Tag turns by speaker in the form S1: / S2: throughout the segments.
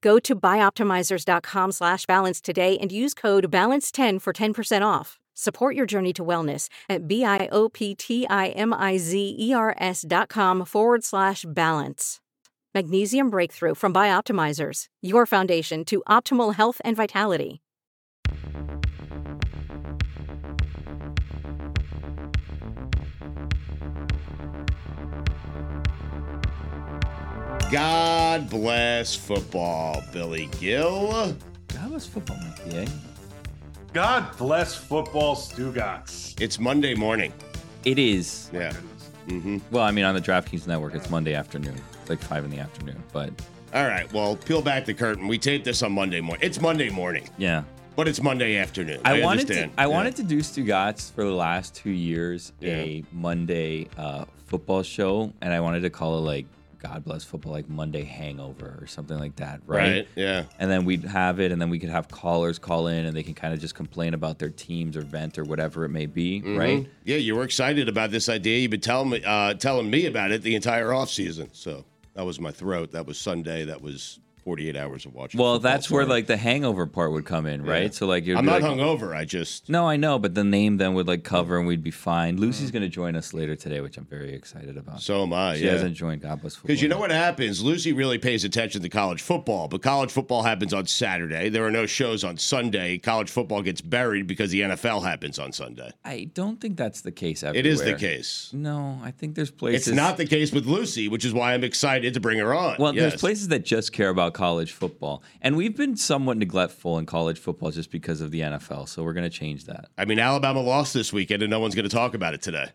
S1: Go to bioptimizers.com slash balance today and use code BALANCE10 for 10% off. Support your journey to wellness at B I O P T I M I Z E R S dot com forward slash balance. Magnesium Breakthrough from Bioptimizers, your foundation to optimal health and vitality.
S2: God bless football, Billy Gill.
S3: God bless football, Mike Yay.
S4: God bless football, Stugox.
S2: It's Monday morning.
S3: It is.
S2: Yeah. Mm-hmm.
S3: Well, I mean, on the DraftKings Network, it's Monday afternoon, It's like five in the afternoon. But
S2: All right. Well, peel back the curtain. We taped this on Monday morning. It's Monday morning,
S3: yeah,
S2: but it's Monday afternoon.
S3: I,
S2: I,
S3: wanted
S2: understand.
S3: to. I
S2: Yeah.
S3: wanted to do Stugatz for the last two years
S2: Yeah.
S3: a Monday uh, football show, and I wanted to call it like God bless football, like Monday Hangover or something like that,
S2: Right. Yeah.
S3: and then we'd have it and then we could have callers call in and they can kind of just complain about their teams or vent or whatever it may be right
S2: Mhm. Yeah. You were excited about this idea. You've been telling me, uh, telling me about it the entire offseason. So that was my throat. That was Sunday. That was 48 hours of watching.
S3: well
S2: football.
S3: that's where
S2: Sorry.
S3: like the hangover part would come in right
S2: Yeah.
S3: so like you're
S2: I'm not
S3: like,
S2: hungover. I just.
S3: no i know but the name then would like cover and we'd be fine lucy's going to join us later today which i'm very excited about
S2: Mm. So am I.
S3: she
S2: yeah.
S3: hasn't joined god bless
S2: Because you know
S3: Football
S2: what happens? Lucy really pays attention to college football, but college football happens on Saturday. There are no shows on Sunday. College football gets buried because the NFL happens on Sunday.
S3: yet. i don't think that's the case everywhere.
S2: It is the case.
S3: no i think there's places
S2: It's not the case with Lucy, which is why I'm excited to bring her on.
S3: Well,
S2: Yes.
S3: there's places that just care about college football, and we've been somewhat neglectful in college football just because of the NFL. So we're going to change that.
S2: I mean, Alabama lost this weekend, and no one's going to talk about it today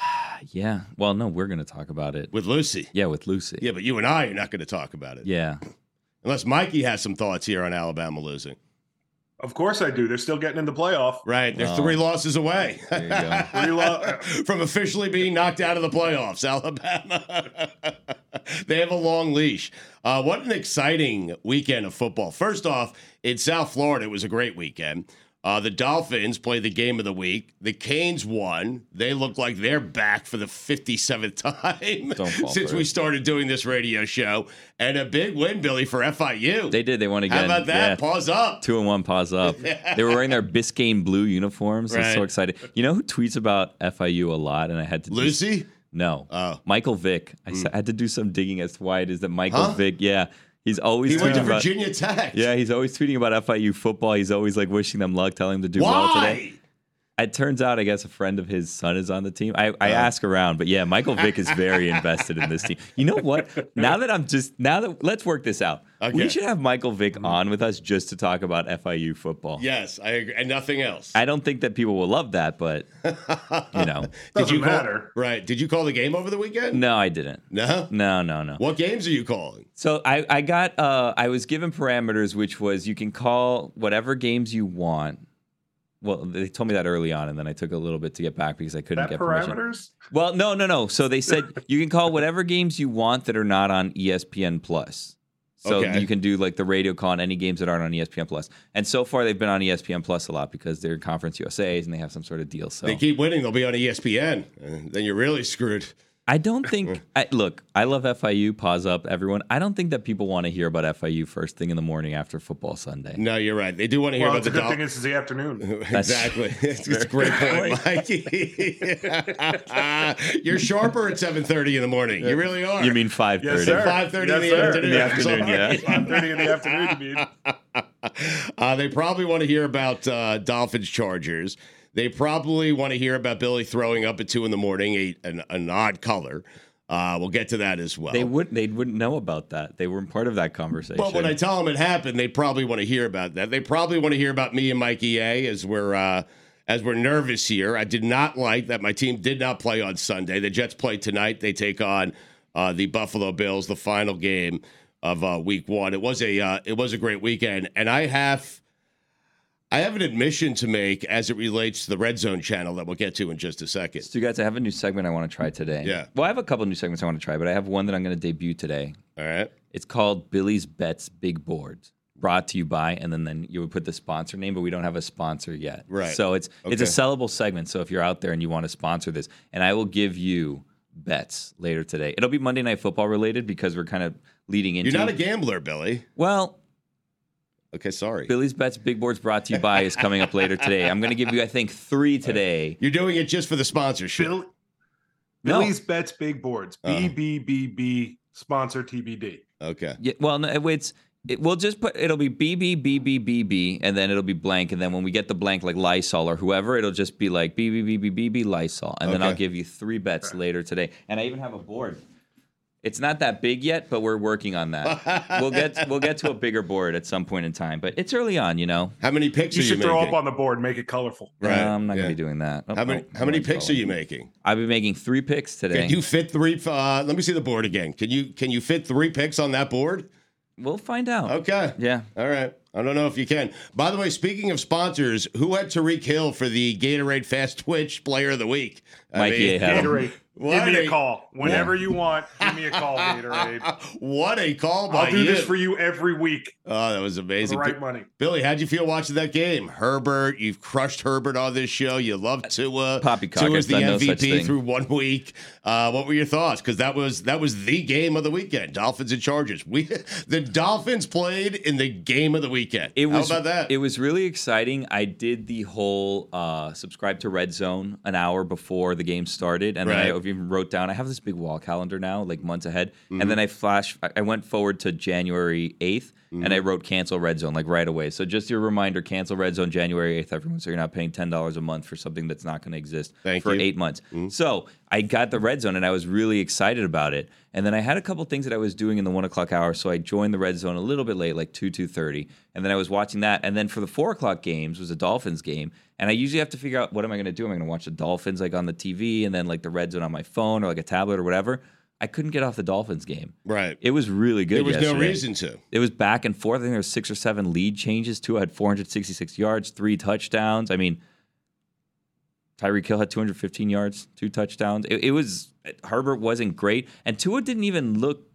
S3: Uh, Yeah. Well, no, we're going to talk about it.
S2: with Lucy.
S3: Yeah, with Lucy.
S2: Yeah, but you and I are not going to talk about it.
S3: Yeah.
S2: Unless Mikey has some thoughts here on Alabama losing.
S4: Of course I do. They're still getting in the playoff. uh,
S2: Right. They're
S3: Well,
S2: three losses away
S3: There you go.
S4: Three lo-
S2: from officially being knocked out of the playoffs, Alabama. they have a long leash. Uh, what an exciting weekend of football. First off, in South Florida, it was a great weekend. Uh, the Dolphins played the game of the week. The Canes won. They look like they're back for the 57th
S3: Don't
S2: time
S3: fall
S2: since
S3: for
S2: we
S3: it.
S2: started doing this radio show. And a big win, Billy, for FIU.
S3: They did. They won again.
S2: How about that?
S3: Yeah.
S2: Pause up.
S3: Two and one, pause up. They were wearing their Biscayne blue uniforms. I'm so
S2: Right.
S3: excited. You know who tweets about FIU a lot? And I had to do-
S2: Lucy?
S3: no,
S2: Oh.
S3: Michael Vick. I s- had to do some digging as to why it is that Michael Vick. Yeah, he's always
S2: He went
S3: tweeting
S2: to
S3: about.
S2: Virginia Tech.
S3: Yeah, he's always tweeting about FIU football. He's always like wishing them luck, telling them to do well today.
S2: Why?
S3: It turns out, I guess, a friend of his son is on the team. I,
S2: Uh-huh.
S3: I ask around, but yeah, Michael Vick is very invested in this team. You know what? Now that I'm just now that let's work this out.
S2: Okay. Mm-hmm.
S3: We should have Michael Vick on with us just to talk about FIU football.
S2: Yes, I agree. And nothing else.
S3: I don't think that people will love that, but you know,
S4: Doesn't
S2: you call-
S4: matter.
S2: Right. Did you call the game over the weekend?
S3: no, I didn't.
S2: No?
S3: No, no, no.
S2: What games are you calling?
S3: So I, I got uh, I was given parameters, which was you can call whatever games you want. Well, they told me that early on, and then I took a little bit to get back because I couldn't
S4: That
S3: get permission.
S4: parameters?
S3: Well, no, no, no. So they said you can call whatever games you want that are not on E ESPN Plus. So
S2: Okay.
S3: you can do like the radio call on any games that aren't on E ESPN Plus. And so far they've been on E ESPN Plus a lot because they're Conference USA's and they have some sort of deal. So
S2: They keep winning, they'll be on E ESPN. And Uh, then you're really screwed.
S3: I don't think I, look, I love FIU, pause up everyone. I don't think that people want to hear about FIU first thing in the morning after football Sunday.
S2: No, you're right. They do want to hear
S4: Well,
S2: about
S4: it's
S2: the
S4: a good
S2: Dolphins.
S4: thing it's the afternoon.
S3: That's-
S2: exactly. It's, it's a great point, Mikey. You're sharper at 7:30 in the morning. You really are.
S3: You mean 5:30?
S4: Yes,
S2: At
S4: sir.
S2: 5:30 in
S4: Yes,
S2: the
S4: sir.
S2: afternoon.
S3: In the afternoon,
S2: Sorry.
S3: yeah.
S4: 5.30 in the afternoon, you mean?
S2: Uh, they probably want to hear about uh, Dolphins Chargers. They probably want to hear about Billy throwing up at two in the morning, a, an, an odd color. Uh, we'll get to that as well.
S3: They wouldn't. They wouldn't know about that. They weren't part of that conversation.
S2: But when I tell them it happened, they probably want to hear about that. They probably want to hear about me and Mike EA as we're uh, as we're nervous here. I did not like that my team did not play on Sunday. The Jets play tonight. They take on uh, the Buffalo Bills, the final game of uh, Week One. It was a uh, it was a great weekend, and I have. I have an admission to make as it relates to the Red Zone channel that we'll get to in just a second.
S3: so you guys, I have a new segment I want to try today.
S2: Yeah.
S3: Well, I have a couple new segments I want to try, but I have one that I'm going to debut today.
S2: All right.
S3: It's called Billy's Bets Big Board. Brought to you by, and then, then you would put the sponsor name, but we don't have a sponsor yet.
S2: Right.
S3: So it's it's
S2: Okay.
S3: a sellable segment. So if you're out there and you want to sponsor this, and I will give you bets later today. It'll be Monday Night Football related because we're kind of leading into.
S2: You're not a gambler, Billy.
S3: well,
S2: Okay, sorry.
S3: Billy's Bets Big Boards brought to you by is coming up later today. I'm going to give you, I think, three today.
S2: You're doing it just for the sponsorship.
S4: Bill,
S3: No.
S4: Billy's Bets Big Boards.
S2: Uh-huh.
S4: BBBB sponsor TBD.
S2: Okay.
S3: Yeah, well, no, it's it, we'll just put it'll be B B B B B B, and then it'll be blank, and then when we get the blank, like Lysol or whoever, it'll just be like B B B B B B Lysol, and then I'll
S2: Okay.
S3: give you three bets later today, and I even have a board. It's not that big yet, but we're working on that. we'll get we'll get to a bigger board at some point in time, but it's early on, you know.
S2: How many picks
S4: You
S2: are
S4: should
S2: you
S4: throw
S2: making?
S4: up on the board, make it colorful.
S2: Right.
S3: No, I'm not
S2: yeah.
S3: gonna be doing that. Oh,
S2: How many?
S3: no,
S2: How many
S3: no,
S2: picks
S3: no.
S2: are you making?
S3: I'll be making three picks today.
S2: Can you fit three? Uh, let me see the board again. Can you can you fit three picks on that board?
S3: we'll find out.
S2: Okay.
S3: Yeah.
S2: All right. I don't know if you can. By the way, speaking of sponsors, who had Tariq Hill for the Gatorade Fast Twitch Player of the Week? I
S3: Mikey
S2: mean,
S3: had him.
S4: Gatorade.
S2: What
S4: Give me
S2: a-
S4: a call whenever you want. Give me a call, Gatorade.
S2: What a call by
S4: I'll do
S2: you.
S4: this for you every week
S2: Oh, that was
S4: for the
S2: amazing.
S4: right money.
S2: Billy, how'd you feel watching that game? Herbert, you've crushed Herbert on this show. You love Tua.
S3: Poppycock,
S2: Tua's
S3: I've
S2: the
S3: done no
S2: MVP
S3: such thing.
S2: through one week. Uh, what were your thoughts? Because that was that was the game of the weekend. Dolphins and Chargers. We the Dolphins played in the game of the weekend.
S3: It was,
S2: How about that?
S3: It was really exciting. I did the whole uh, subscribe to Red Zone an hour before the game started, and then I
S2: Right.
S3: even wrote down. I have this big wall calendar now, like months ahead,
S2: Mm-hmm.
S3: and then I flash. I- I went forward to January 8th and I
S2: Mm-hmm.
S3: wrote cancel Red Zone like right away. So just your reminder, cancel Red Zone January eighth, everyone. So you're not paying ten dollars a month for something that's not going to exist
S2: Thank
S3: for
S2: you. Mm-hmm.
S3: eight months. So I got the Red Zone, and I was really excited about it. And then I had a couple things that I was doing in the one o'clock hour, so I joined the Red Zone a little bit late, like two two thirty. And then I was watching that. And then for the four o'clock games was a Dolphins game, and I usually have to figure out what am I going to do. Am I going to watch the Dolphins like on the TV, and then like the Red Zone on my phone or like a tablet or whatever. I couldn't get off the Dolphins game.
S2: right.
S3: It was really good.
S2: there was no
S3: yesterday.
S2: reason to.
S3: It was back and forth. I think there was six or seven lead changes. Two had 466 yards, three touchdowns. I mean, Tyreek Hill had 215 yards, two touchdowns. It, it was Herbert wasn't great, and Tua didn't even look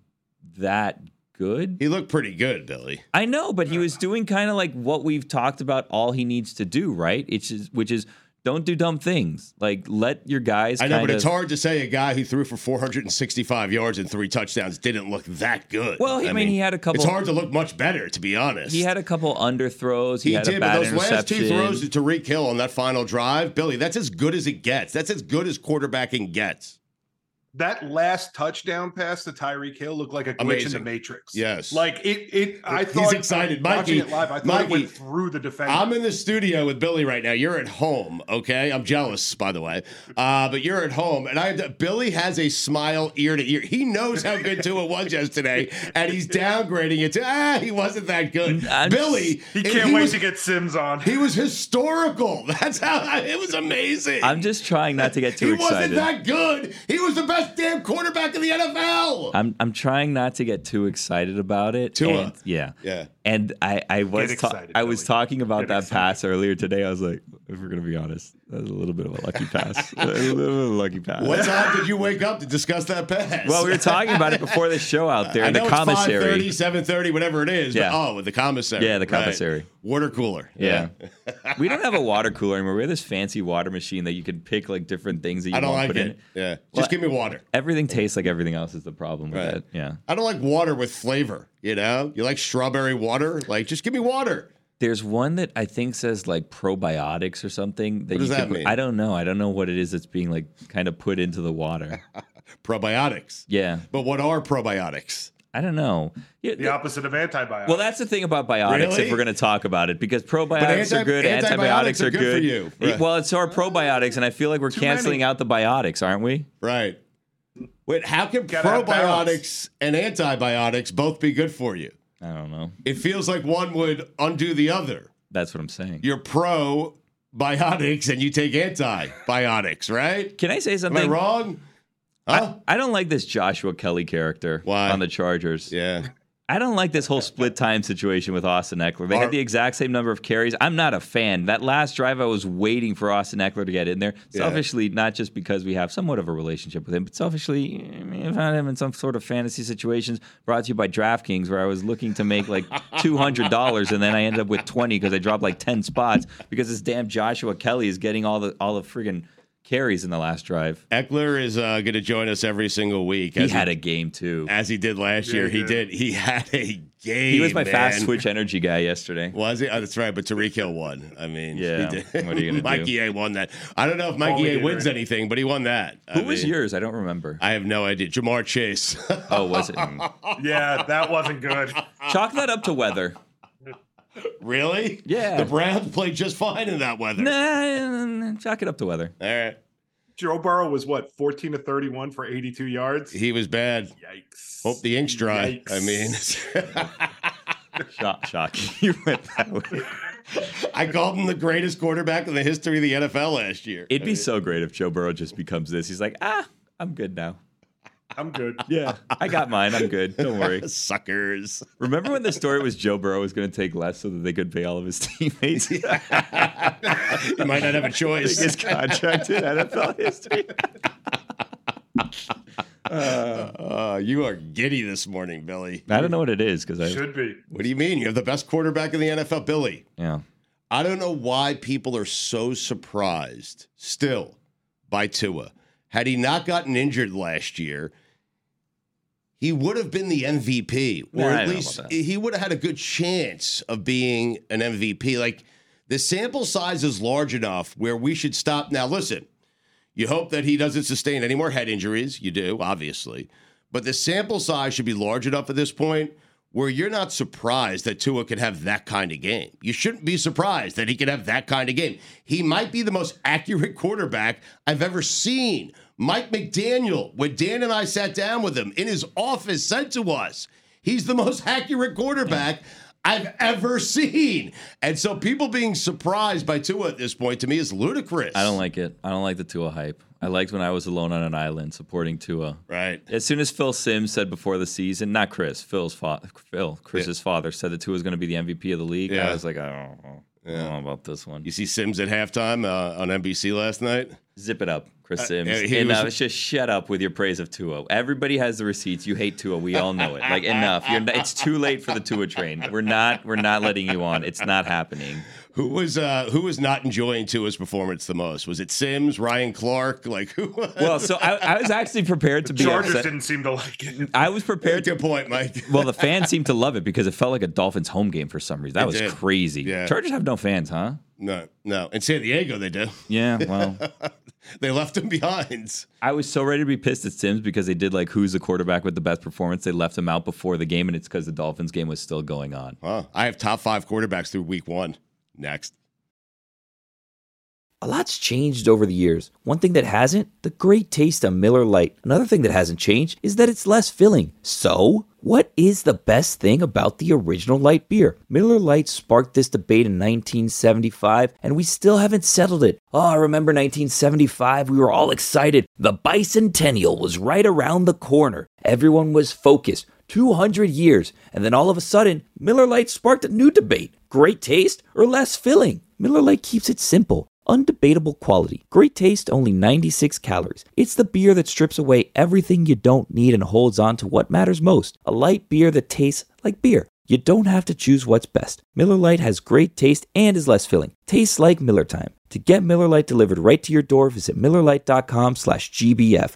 S3: that good.
S2: He looked pretty good, Billy.
S3: I know, but he was doing kind of like what we've talked about. All he needs to do, right? It's just, which is don't do dumb things. Like let your guys.
S2: I know, but
S3: kinda-
S2: it's hard to say a guy who threw for 465 yards and three touchdowns didn't look that good.
S3: Well, I mean, he had a couple-
S2: It's hard to look much better, to be honest.
S3: He had a couple underthrows. He,
S2: He
S3: had
S2: did,
S3: a
S2: but
S3: bad
S2: those last two
S3: interception.
S2: throws to Tariq Hill on that final drive, Billy, that's as good as it gets. That's as good as quarterbacking gets.
S4: That last touchdown pass to Tyreek Hill looked like a glitch in the
S2: Amazing.
S4: Matrix.
S2: Yes.
S4: Like it it I
S2: He's
S4: thought
S2: excited.
S4: watching
S2: Mikey,
S4: it live, I thought
S2: Mikey,
S4: it went through the defender.
S2: I'm in the studio with Billy right now. You're at home, okay? I'm jealous, by the way. Uh, but you're at home, and I Billy has a smile ear to ear. He knows how good Tua was yesterday, and he's downgrading it to ah, he wasn't that good.
S3: I'm-
S2: Billy,
S4: he
S2: if
S4: can't wait
S2: was-
S4: to get Sims on.
S2: He was historical. That's how it was amazing.
S3: I'm just trying not to get too
S2: he wasn't
S3: excited.
S2: that good. He was the best damn quarterback in the NFL.
S3: I'm I'm trying not to get too excited about it.
S2: Tua.
S3: And, yeah.
S2: yeah.
S3: And I I was ta-
S4: excited,
S3: I was
S4: Billy.
S3: talking about
S4: Get
S3: that
S4: excited.
S3: pass earlier today. I was like, if we're gonna be honest, that was a little bit of a lucky pass. a little bit of a lucky pass.
S2: What time did you wake up to discuss that pass?
S3: Well, we were talking about it before the show out there
S2: I
S3: in the
S2: know it's
S3: commissary.
S2: 5:30, 7:30, whatever it is.
S3: Yeah.
S2: But, oh, with the commissary.
S3: Yeah, the
S2: right.
S3: commissary.
S2: Water cooler.
S3: Yeah. we don't have a water cooler anymore. We have this fancy water machine that you can pick like different things that you
S2: I don't
S3: want to
S2: like
S3: put in.
S2: it.
S3: it.
S2: Yeah. Just
S3: Well,
S2: give me water.
S3: Everything tastes like everything else is the problem with
S2: Right.
S3: it. Yeah.
S2: I don't like water with flavor. You know, you like strawberry water. Like, just give me water.
S3: There's one that I think says like probiotics or something. That
S2: What does
S3: you
S2: that
S3: can put-
S2: mean?
S3: I don't know. I don't know what it is that's being like kind of put into the water.
S2: Probiotics.
S3: Yeah.
S2: But what are probiotics?
S3: I don't know. Yeah,
S4: The opposite of antibiotic.
S3: well, that's the thing about biotics.
S2: Really?
S3: If we're going to talk about it, because probiotics
S2: anti-
S3: are good,
S2: antibiotics
S3: antibiotics,
S2: are
S3: are
S2: good
S3: good.
S2: for you.
S3: Yeah,
S2: Right.
S3: Well, it's our probiotics, and I feel like we're
S4: many.
S3: canceling out the biotics, aren't we?
S2: Right. Wait, how can
S4: Gotta have
S2: probiotics and antibiotics both be good for you?
S3: I don't know.
S2: It feels like one would undo the other.
S3: That's what I'm saying.
S2: You're pro biotics and you take antibiotics, right?
S3: Can I say
S2: Am I
S3: something?
S2: wrong? Huh?
S3: I don't like this Joshua Kelly character
S2: Why?
S3: on the Chargers.
S2: yeah.
S3: I don't like this whole split time situation with Austin Eckler. They
S2: Are-
S3: had the exact same number of carries. I'm not a fan. That last drive, I was waiting for Austin Eckler to get in there.
S2: Yeah.
S3: Selfishly, not just because we have somewhat of a relationship with him, but selfishly, I mean, I found him in some sort of fantasy situations. Brought to you by DraftKings, where I was looking to make like $200, and then I ended up with 20 because I dropped like 10 spots because this damn Joshua Kelly is getting all the all the friggin' carries in the last drive.
S2: Eckler is uh, going to join us every single week.
S3: He
S2: as
S3: had a game too.
S2: as he did last
S4: Yeah,
S2: year.
S4: he
S2: He did.
S4: did.
S2: He had a game.
S3: He was my fast
S2: man.
S3: switch energy guy yesterday.
S2: Was he? Oh, that's right. But Tariq Hill won. I mean, he
S3: Yeah,
S2: did.
S3: what are you gonna do?
S2: Mikey A won that. I don't know if Mikey
S4: Only
S2: A
S4: did,
S2: wins
S4: right?
S2: anything, but he won that.
S3: Who
S2: I
S3: was
S2: mean,
S3: yours? I don't remember.
S2: I have no idea. Jamar Chase.
S3: Oh, was it?
S4: yeah, that wasn't good.
S3: Chalk that up to weather.
S2: really?
S3: Yeah.
S2: The Browns played just fine in that weather.
S3: Nah, chalk it up to weather.
S2: All right.
S4: Joe Burrow was what, 14 to 31 for 82 yards?
S2: He Oh. was bad.
S4: Yikes.
S2: Hope the ink's dry.
S4: Yikes.
S2: I mean,
S3: Shock, shock. you went that way.
S2: I called him the greatest quarterback in the history of the NFL last year.
S3: It'd
S2: I
S3: be
S2: mean,
S3: so great if Joe Burrow just becomes this. He's like, ah, I'm good now.
S4: I'm good.
S3: Yeah, I got mine. I'm good. Don't worry.
S2: suckers.
S3: Remember when the story was Joe Burrow was going to take less so that they could pay all of his teammates?
S2: You might not have a choice.
S3: Biggest contract in NFL history.
S2: Uh, you are giddy this morning, Billy.
S3: I don't know what it is because I.
S4: Should be.
S2: What do you mean? You have the best quarterback in the NFL, Billy.
S3: Yeah.
S2: I don't know why people are so surprised still by Tua. Had he not gotten injured last year, he would have been the MVP, or
S3: Nah, I
S2: at
S3: don't know
S2: least
S3: about that.
S2: he would have had a good chance of being an MVP. Like the sample size is large enough where we should stop. Now, listen, you hope that he doesn't sustain any more head injuries. You do, obviously. But the sample size should be large enough at this point where you're not surprised that Tua could have that kind of game. You shouldn't be surprised that he could have that kind of game. He might be the most accurate quarterback I've ever seen. Mike McDaniel, when Dan and I sat down with him in his office, said to us, he's the most accurate quarterback. I've ever seen. And so people being surprised by Tua at this point to me is ludicrous.
S3: I don't like it. I don't like the Tua hype. I liked when I was alone on an island supporting Tua.
S2: right.
S3: As soon as Phil Sims said before the season, not Chris, Phil's father, Phil, Chris's father said that Tua was going to be the MVP of the league.
S2: Yeah.
S3: I was like, I don't know, I don't know about this one.
S2: You see Sims at halftime uh, on NBC last night.
S3: Zip it up, Chris Sims.
S2: yeah, he
S3: and
S2: was-
S3: uh, just shut up with your praise of Tua. Everybody has the receipts. You hate Tua. We all know it. Like enough. You're, it's too late for the Tua train. We're not. We're not letting you on. It's not happening.
S2: Who was uh, who was not enjoying Tua's performance the most? Was it Sims, Ryan Clark? Like who?
S3: Well, so I, I was actually prepared to be
S4: Chargers
S3: upset.
S4: didn't seem to like it.
S3: I was prepared to
S2: good point, Mike.
S3: Well, the fans seemed to love it because it felt like a Dolphins home game for some reason. That
S2: It
S3: was
S2: did.
S3: crazy.
S2: Yeah.
S3: Chargers have no fans, huh?
S2: No, no. In San Diego, they did.
S3: Yeah, well,
S2: They left him behind.
S3: I was so ready to be pissed at Sims because they did like who's the quarterback with the best performance. They left him out before the game, and it's because the Dolphins game was still going on.
S2: Huh. I have top five quarterbacks through week one. Next.
S5: A lot's changed over the years. One thing that hasn't, the great taste of Miller Lite. Another thing that hasn't changed is that it's less filling. So, what is the best thing about the original light beer? Miller Lite sparked this debate in 1975, and we still haven't settled it. Oh, I remember 1975, we were all excited. The bicentennial was right around the corner. Everyone was focused. 200 years, and then all of a sudden, Miller Lite sparked a new debate great taste or less filling. Miller Lite keeps it simple. Undebatable quality. Great taste, only 96 calories. It's the beer that strips away everything you don't need and holds on to what matters most. A light beer that tastes like beer. You don't have to choose what's best. Miller Lite has great taste and is less filling. Tastes like Miller time. To get Miller Lite delivered right to your door, visit MillerLite.com slash GBF.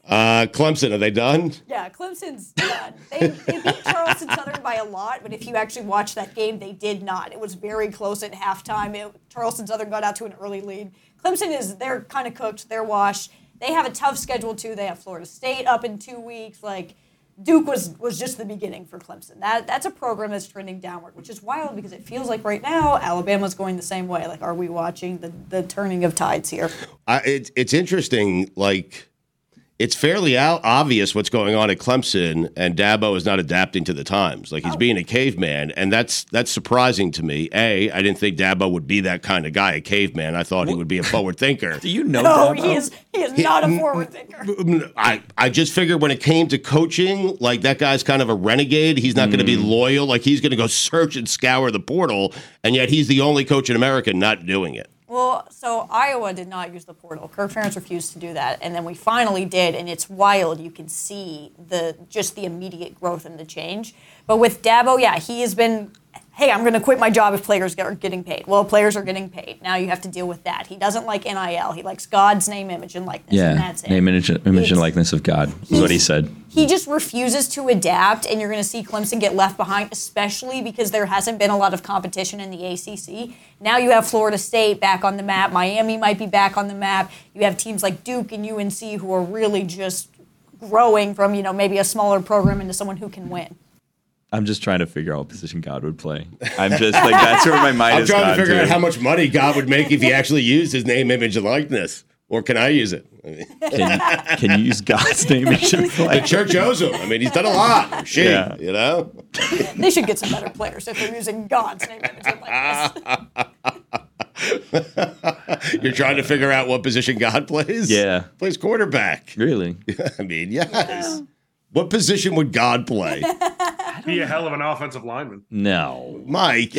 S2: Uh, Clemson, are they done?
S6: Yeah, Clemson's done. They, they beat Charleston Southern by a lot, but if you actually watch that game, they did not. It was very close at halftime. It, Charleston Southern got out to an early lead. Clemson is they're kind of cooked. They're washed. They have a tough schedule too. They have Florida State up in two weeks. Like Duke was was just the beginning for Clemson. That that's a program that's trending downward, which is wild because it feels like right now Alabama's going the same way. Like, are we watching the the turning of tides here?
S2: I, it, it's interesting. Like it's fairly out obvious what's going on at Clemson, and Dabo is not adapting to the times. Like he's being a caveman, and that's that's surprising to me. A, I didn't think Dabo would be that kind of guy, a caveman. I thought he would be a forward thinker.
S3: Do you know?
S6: No,
S3: Dabo?
S6: Oh, he is he is not a forward thinker.
S2: Mm, I, I just figured when it came to coaching, like that guy's kind of a renegade. He's not going to be loyal. Like he's going to go search and scour the portal, and yet he's the only coach in America not doing it.
S6: Well, so Iowa did not use the portal. Kirk Ferentz refused to do that, and then we finally did, and it's wild. You can see the just the immediate growth and the change. But with Dabo, yeah, he has been. Hey, I'm going to quit my job if players get- are getting paid. Well, players are getting paid. Now you have to deal with that. He doesn't like NIL. He likes God's name, image, and likeness. and
S3: Yeah,
S6: that's it.
S3: name, image, image, and
S6: He's-
S3: likeness of God is what he said.
S6: he just refuses to adapt, and you're going to see Clemson get left behind, especially because there hasn't been a lot of competition in the ACC. Now you have Florida State back on the map, Miami might be back on the map. You have teams like Duke and UNC who are really just growing from you know maybe a smaller program into someone who can win.
S3: I'm just trying to figure out what position God would play. I'm just like that's where my mind
S2: I'm
S3: is.
S2: trying
S3: gone
S2: to figure out
S3: to.
S2: how much money God would make if he actually used his name, image, and likeness. Or can I use it? I mean,
S3: can, can you use God's name? image, and
S2: the
S3: likeness?
S2: church owes him. I mean, he's done a lot. Or She,
S3: Yeah.
S2: you know.
S6: They should get some better players if they're using God's name. image, and likeness.
S2: You're trying to figure out what position God plays.
S3: Yeah.
S2: plays quarterback.
S3: Really?
S2: I mean, yes. What position would God play,
S4: Be a hell of an offensive lineman.
S3: No.
S2: Mike?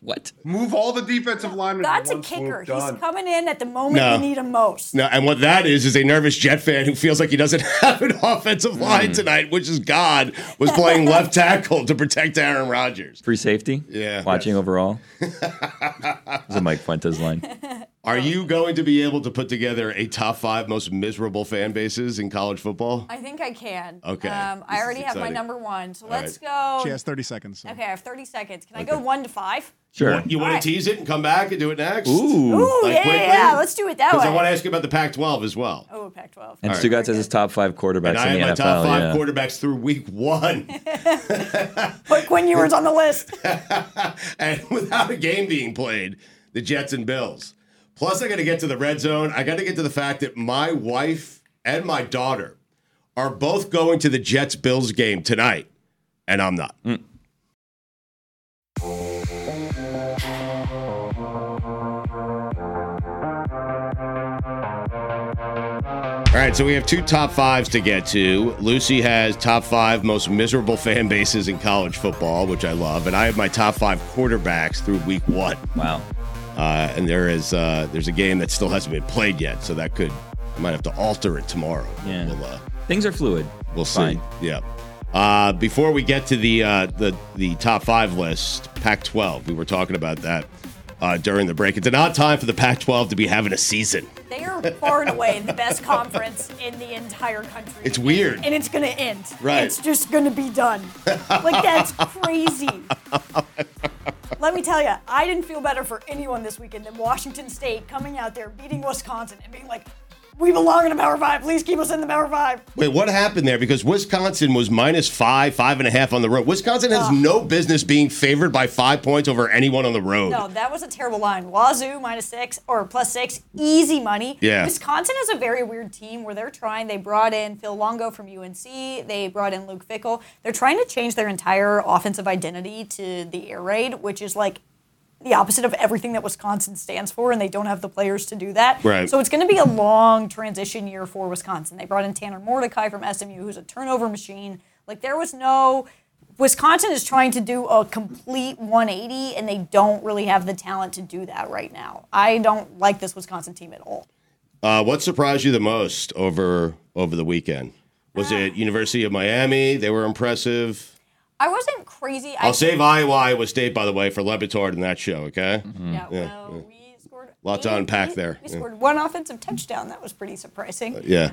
S3: What?
S4: Move all the defensive linemen. to
S6: God's a
S4: one swoop,
S6: kicker. He's
S4: done.
S6: coming in at the moment
S2: No.
S6: you need him most.
S2: No, and what that is is a nervous Jet fan who feels like he doesn't have an offensive
S4: Mm.
S2: line tonight, which is God was playing left tackle to protect Aaron Rodgers.
S3: Free safety?
S2: Yeah.
S3: Watching overall? It's a Mike Fuentes line.
S2: Are you going to be able to put together a top five most miserable fan bases in college football?
S6: I think I can.
S2: Okay.
S6: Um,
S2: This
S6: I
S2: is
S6: already have my
S2: exciting.
S6: number one, so
S2: right.
S6: let's
S7: She
S6: go.
S7: has 30 seconds. so-
S6: Okay, I have 30 seconds. Can I go one to five?
S3: Sure.
S2: You want
S6: Alright.
S2: to tease it and come back and do it next?
S3: Ooh.
S6: Ooh,
S2: Like
S6: yeah,
S2: quickly?
S6: yeah, let's do it that way.
S2: Because I want to ask you about the Pac 12 as well.
S6: oh, Pac-12.
S3: And Stu Gatz has his top five quarterbacks
S2: And I had
S3: in the
S2: my
S3: NFL.
S2: top five
S3: yeah.
S2: quarterbacks through week one.
S6: Put Quinn Ewers on the list.
S2: and without a game being played, the Jets and Bills. Plus, I got to get to the red zone. I got to get to the fact that my wife and my daughter are both going to the Jets Bills game tonight, and I'm not. All right, so we have two top fives to get to. Lucy has top five most miserable fan bases in college football, which I love, and I have my top five quarterbacks through week one.
S3: Wow.
S2: Uh, and there is uh, there's a game that still hasn't been played yet, so that could I might have to alter it tomorrow.
S3: Yeah.
S2: We'll, uh,
S3: Things are fluid.
S2: We'll
S3: Fine.
S2: see. Yeah. Uh, before we get to the uh, the the top five list, Pac-12. We were talking about that uh, during the break. It's an odd time for the Pac-12 to be having a season.
S6: They are far and away the best conference in the entire country.
S2: It's weird.
S6: And it's gonna end.
S2: Right.
S6: It's just gonna be done. Like that's crazy. Let me tell you, I didn't feel better for anyone this weekend than Washington State coming out there beating Wisconsin and being like, "We belong in the Power Five. Please keep us in the Power Five.
S2: Wait, what happened there? Because Wisconsin was minus five, five and a half on the road. Wisconsin has no business being favored by five points over anyone on the road.
S6: No, that was a terrible line. Wazoo minus six or plus six, easy money.
S2: Yeah.
S6: Wisconsin is a very weird team where they're trying. They brought in Phil Longo from UNC. They brought in Luke Fickle. They're trying to change their entire offensive identity to the air raid, which is like the opposite of everything that Wisconsin stands for, and they don't have the players to do that.
S2: Right.
S6: So it's going to be a long transition year for Wisconsin. They brought in Tanner Mordecai from SMU, who's a turnover machine. Like there was no. Wisconsin is trying to do a complete 180, and they don't really have the talent to do that right now. I don't like this Wisconsin team at all.
S2: Uh, what surprised you the most over over the weekend? Was it University of Miami? They were impressive.
S6: I wasn't crazy. I
S2: I'll save Iowa, Iowa State, by the way, for Lebitard in that show. Okay.
S6: Yeah, well, we scored.
S2: Lot to
S6: eight-
S2: unpack
S6: we-
S2: there.
S6: We
S2: Yeah.
S6: scored one offensive touchdown. That was pretty surprising.
S2: Yeah.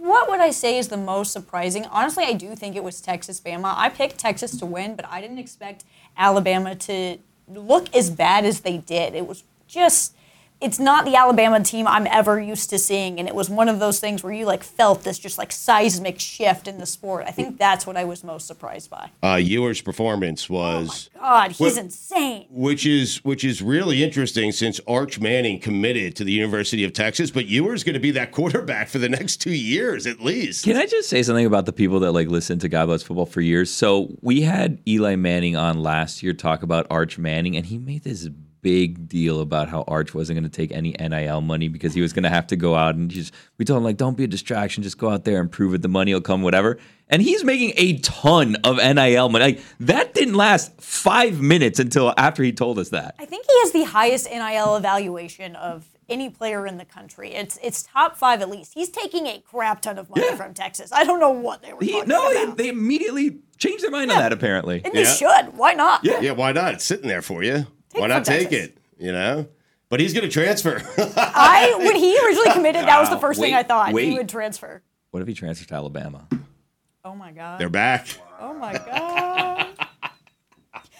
S6: What would I say is the most surprising? Honestly, I do think it was Texas Bama. I picked Texas to win, but I didn't expect Alabama to look as bad as they did. It was just it's not the Alabama team I'm ever used to seeing, and it was one of those things where you like felt this just like seismic shift in the sport. I think that's what I was most surprised by.
S2: Uh, Ewer's performance was.
S6: God, he's
S2: Well-
S6: insane.
S2: which is which is really interesting since Arch Manning committed to the University of Texas, but Ewer's going to be that quarterback for the next two years at least.
S3: Can I just say something about the people that like listen to God Bless Football for years? So we had Eli Manning on last year talk about Arch Manning, and he made this big deal about how Arch wasn't going to take any NIL money because he was going to have to go out and just we told him like don't be a distraction, just go out there and prove it. The money will come, whatever. And he's making a ton of NIL money. Like that didn't last five minutes until after he told us that.
S6: I think he has the highest NIL evaluation of any player in the country. It's it's top five at least. He's taking a crap ton of money from Texas. I don't know what they were
S3: He,
S6: talking
S3: no,
S6: about.
S3: they, they immediately changed their mind on that. Apparently,
S6: and they
S2: Yeah.
S6: should. Why not?
S2: Yeah, why not? It's sitting there for you. why
S6: it
S2: not
S6: from
S2: take
S6: Texas.
S2: it? You know, but he's going to transfer.
S6: I when he originally committed, that was the first thing
S3: wait,
S6: I thought
S3: wait.
S6: he would transfer.
S3: what if he transfers to Alabama?
S6: Oh my god.
S2: They're back.
S6: Oh my god.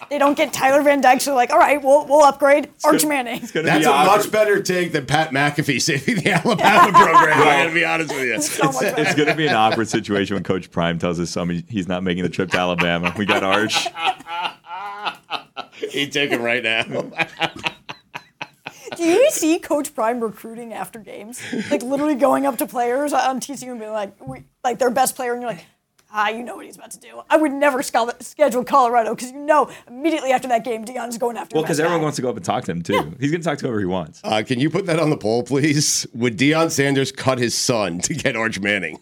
S6: they don't get Tyler Van Dyke. So they're like, all right, we'll we'll upgrade Arch Manning.
S2: That's a much better take than Pat McAfee saving the Alabama program. I'm going to be honest with you.
S6: So much better.
S3: It's going to be an awkward situation when Coach Prime tells his son he- he's not making the trip to Alabama. We got Arch.
S2: He'd take him right now.
S6: Do you see Coach Prime recruiting after games? Like literally going up to players on TCU and being like, we, like their best player, and you're like, ah, you know what he's about to do. I would never schol- schedule Colorado because you know immediately after that game, Dion's going after.
S3: Well,
S6: that
S3: because everyone
S6: guy.
S3: wants to go up and talk to him too. He's going to talk to whoever he wants.
S2: Uh, can you put that on the poll, please? Would Deion Sanders cut his son to get Arch Manning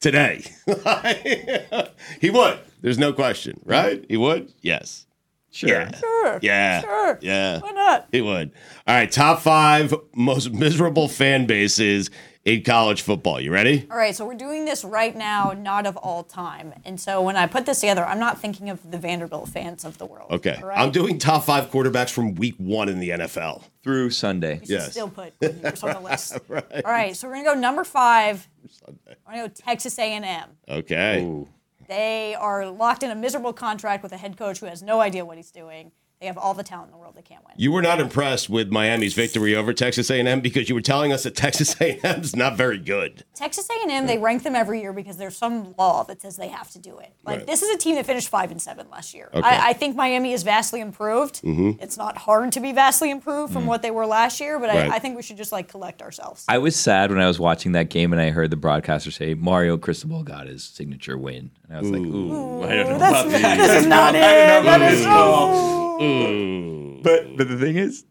S2: today? he would. There's no question, right? He would. Yes.
S3: Sure.
S6: Sure.
S2: Yeah.
S6: Sure.
S2: Yeah.
S6: Why not?
S2: He would. All right. Top five most miserable fan bases in college football. You ready?
S6: All right, so we're doing this right now, not of all time. And so when I put this together, I'm not thinking of the Vanderbilt fans of the world.
S2: Okay.
S6: all right?
S2: I'm doing top five quarterbacks from week one in the NFL.
S3: Through Sunday.
S6: You should
S2: Yes.
S6: still put Quinn Ewers on the list. All right, so we're gonna go number five. I'm gonna go Texas A&M.
S2: Okay.
S6: They are locked in a miserable contract with a head coach who has no idea what he's doing. They have all the talent in the world. They can't win.
S2: You were not impressed with Miami's victory over Texas A&M because you were telling us that Texas A&M's not very good.
S6: Texas A&M, they rank them every year because there's some law that says they have to do it. Like
S2: Right.
S6: this is a team that finished five and seven last year. I, I think Miami is vastly improved.
S2: Mm-hmm.
S6: It's not hard to be vastly improved from what they were last year, but
S2: Right.
S6: I, I think we should just like collect ourselves.
S3: I was sad when I was watching that game and I heard the broadcaster say Mario Cristobal got his signature win, and I was like, ooh, I don't know about
S6: That's, this is not it. That is
S3: But but the thing is,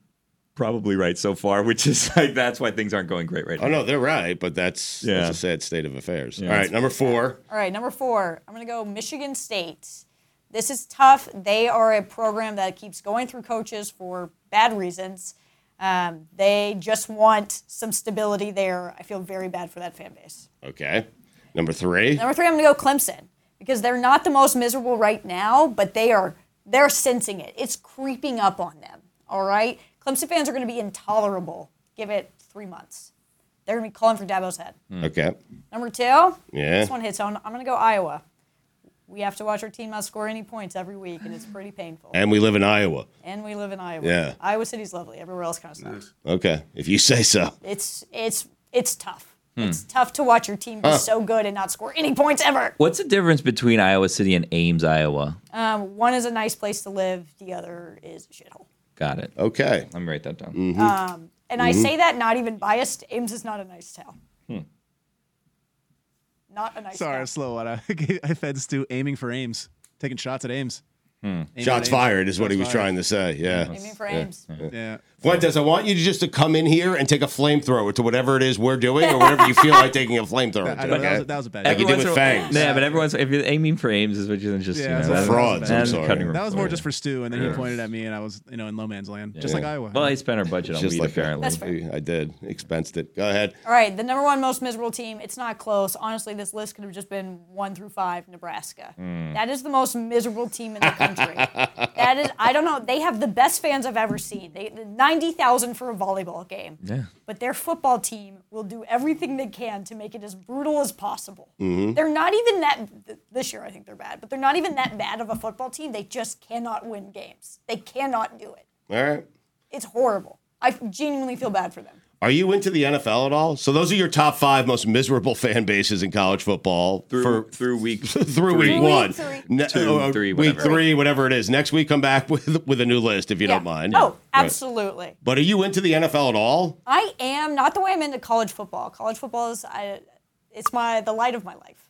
S3: probably right so far, which is like that's why things aren't going great right
S2: Oh no, they're right, but that's
S3: Yeah.
S2: that's a sad state of affairs. All right, number four.
S6: All right, number four. I'm going to go Michigan State. This is tough. They are a program that keeps going through coaches for bad reasons. Um, they just want some stability there. I feel very bad for that fan base.
S2: Okay, number three.
S6: Number three, I'm going to go Clemson because they're not the most miserable right now, but they are they're sensing it. It's creeping up on them. All right, Clemson fans are going to be intolerable. Give it three months. They're going to be calling for Dabo's head.
S2: Okay,
S6: Number two,
S2: Yeah.
S6: this one hits on. I'm going to go Iowa. We have to watch our team not score any points every week, and it's pretty painful.
S2: and we live in Iowa.
S6: And we live in Iowa.
S2: Yeah.
S6: Iowa City's lovely. Everywhere else kind of sucks.
S2: Okay, if you say so.
S6: It's it's it's tough.
S2: Hmm.
S6: It's tough to watch your team be so good and not score any points ever.
S3: What's the difference between Iowa City and Ames, Iowa?
S6: Um, one is a nice place to live. The other is a shithole.
S3: Got it.
S2: Okay,
S3: Let me write that down.
S6: And
S2: Mm-hmm.
S6: I say that not even biased. Ames is not a nice town.
S2: Hmm.
S6: Not a nice
S7: Sorry, I'm
S6: town.
S7: slow on I I fed Stu aiming for Ames, taking shots at Ames. Aiming at
S2: shots
S7: Ames.
S2: fired is what he was
S7: fired.
S2: trying to say. Yeah,
S6: I mean, for Ames.
S7: Yeah.
S2: Fuentes, I want you to just to come in here and take a flamethrower to whatever it is we're doing or whatever you feel like taking a flamethrower
S7: I
S2: to.
S7: don't
S2: Okay?
S7: know, that, was, that was a bad
S2: Like you
S7: idea.
S2: did
S3: Everyone's-
S2: with fangs.
S3: Yeah, but everyone's if you're aiming for Ames is what you're just
S7: Yeah,
S3: you
S7: that's
S3: know,
S7: what-
S2: Frauds, I'm
S3: and
S2: sorry.
S3: cutting room
S7: That was more
S3: floor.
S7: just for Stu, and then he pointed at me, and I was, you know, in low man's land, just like Iowa.
S3: Well, I spent our budget on
S2: Just
S3: weed
S2: like that.
S3: apparently.
S6: That's fair.
S2: I did. Expensed it. Go ahead.
S6: All right, the number one most miserable team. It's not close. Honestly, this list could have just been one through five. Nebraska. That is the most miserable team in the country. that is. I don't know. They have the best fans I've ever seen. They ninety thousand for a volleyball game. Yeah. But their football team will do everything they can to make it as brutal as possible.
S2: Mm-hmm.
S6: They're not even that. th- This year, I think they're bad, but they're not even that bad of a football team. They just cannot win games. They cannot do it.
S2: All right.
S6: It's horrible. I genuinely feel bad for them.
S2: Are you into the NFL at all? So those are your top five most miserable fan bases in college football
S3: through
S2: for
S3: through week
S2: through week
S6: Three,
S2: one,
S6: three.
S2: Ne-
S3: Two,
S2: or
S3: three,
S2: week
S3: whatever.
S2: three, whatever it is. Next week, come back with with a new list if you
S6: Yeah.
S2: don't mind.
S6: Oh,
S2: Right.
S6: absolutely.
S2: But are you into the NFL at all?
S6: I am not the way I'm into college football. College football is I, it's my the light of my life.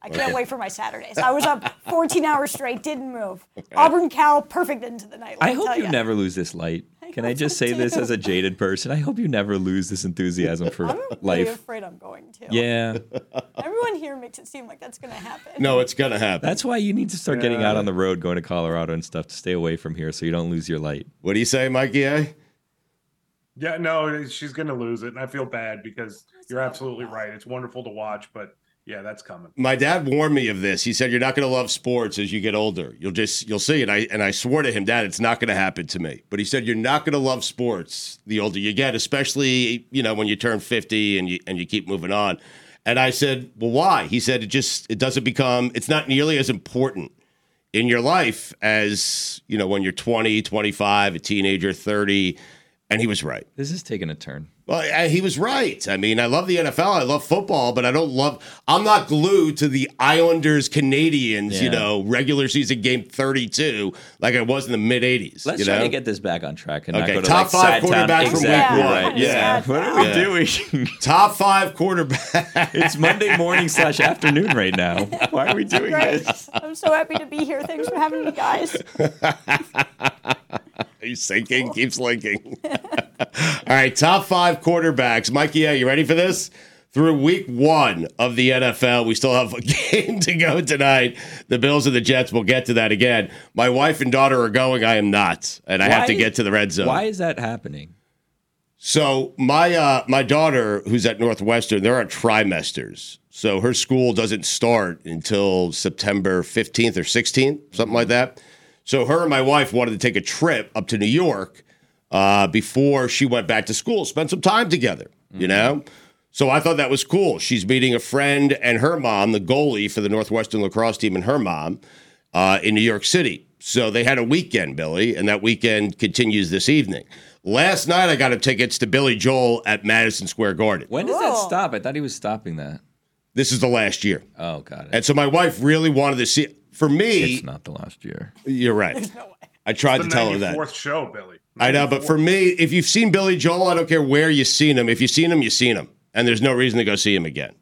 S6: I can't wait for my Saturdays. I was up 14 hours straight, didn't move. Auburn Cal, perfect into the night. let
S3: I
S6: me
S3: hope
S6: tell
S3: you
S6: ya.
S3: never lose this light. Can I
S6: hope
S3: just
S6: so
S3: say this
S6: too.
S3: as a jaded person? I hope you never lose this enthusiasm for
S6: I'm really
S3: life.
S6: afraid I'm going to.
S3: Yeah.
S6: Everyone here makes it seem like that's going to happen.
S2: No, it's gonna happen.
S3: That's why you need to start getting out on the road, going to Colorado and stuff to stay away from here so you don't lose your light.
S2: What do you say, Mikey? A?
S4: Yeah, no, she's going to lose it. And I feel bad because you're absolutely right. It's wonderful to watch, but yeah, that's coming.
S2: My dad warned me of this. He said, "You're not going to love sports as you get older. You'll just you'll see." And I and I swore to him, "Dad, it's not going to happen to me." But he said, "You're not going to love sports the older you get, especially you know when you turn 50 and you and you keep moving on." And I said, "Well, why?" He said, "It just it doesn't become. It's not nearly as important." in your life as you know when you're 20 25 a teenager 30 and he was right
S3: This is taking a turn.
S2: well I- he was right i mean i love the nfl i love football but i don't love i'm not glued to the islanders canadians you
S3: Yeah.
S2: know regular season game 32 like i was in the mid 80s
S3: Let's
S2: you
S3: try
S2: know?
S3: to get this back on track and not
S2: Okay,
S3: go to
S2: top five
S3: like side town-
S2: quarterbacks from week
S3: exactly
S2: one.
S3: right.
S2: Yeah.
S3: What are we doing?
S2: top five quarterback
S3: it's Monday morning slash afternoon right now. Why are we doing
S6: Great.
S3: this?
S6: I'm so happy to be here. Thanks for having me, guys.
S2: he's sinking keeps linking all right top five quarterbacks mikey yeah you ready for this through week one of the NFL. We still have a game to go tonight. The Bills and the Jets, we'll get to that again. My wife and daughter are going. I am not. And I have
S3: Why
S2: to
S3: is-
S2: get to the red zone.
S3: Why is that happening?
S2: So my uh, my daughter, who's at Northwestern, they're on trimesters. So her school doesn't start until September 15th or 16th, something like that. So her and my wife wanted to take a trip up to New York uh, before she went back to school, spend some time together, you know? So I thought that was cool. She's meeting a friend and her mom, the goalie for the Northwestern lacrosse team, and her mom uh, in New York City. So they had a weekend, Billy, and that weekend continues this evening. Last night, I got him tickets to Billy Joel at Madison Square Garden.
S3: When does that
S6: Cool.
S3: stop? I thought he was stopping that.
S2: This is the last year.
S3: Oh, got it.
S2: And so my wife really wanted to see For me,
S3: It's not the last year.
S2: you're right. I tried
S4: The
S2: to tell her that.
S4: 94th show, Billy.
S2: I know, but for me, if you've seen Billy Joel, I don't care where you've seen him. If you've seen him, you've seen him, and there's no reason to go see him again.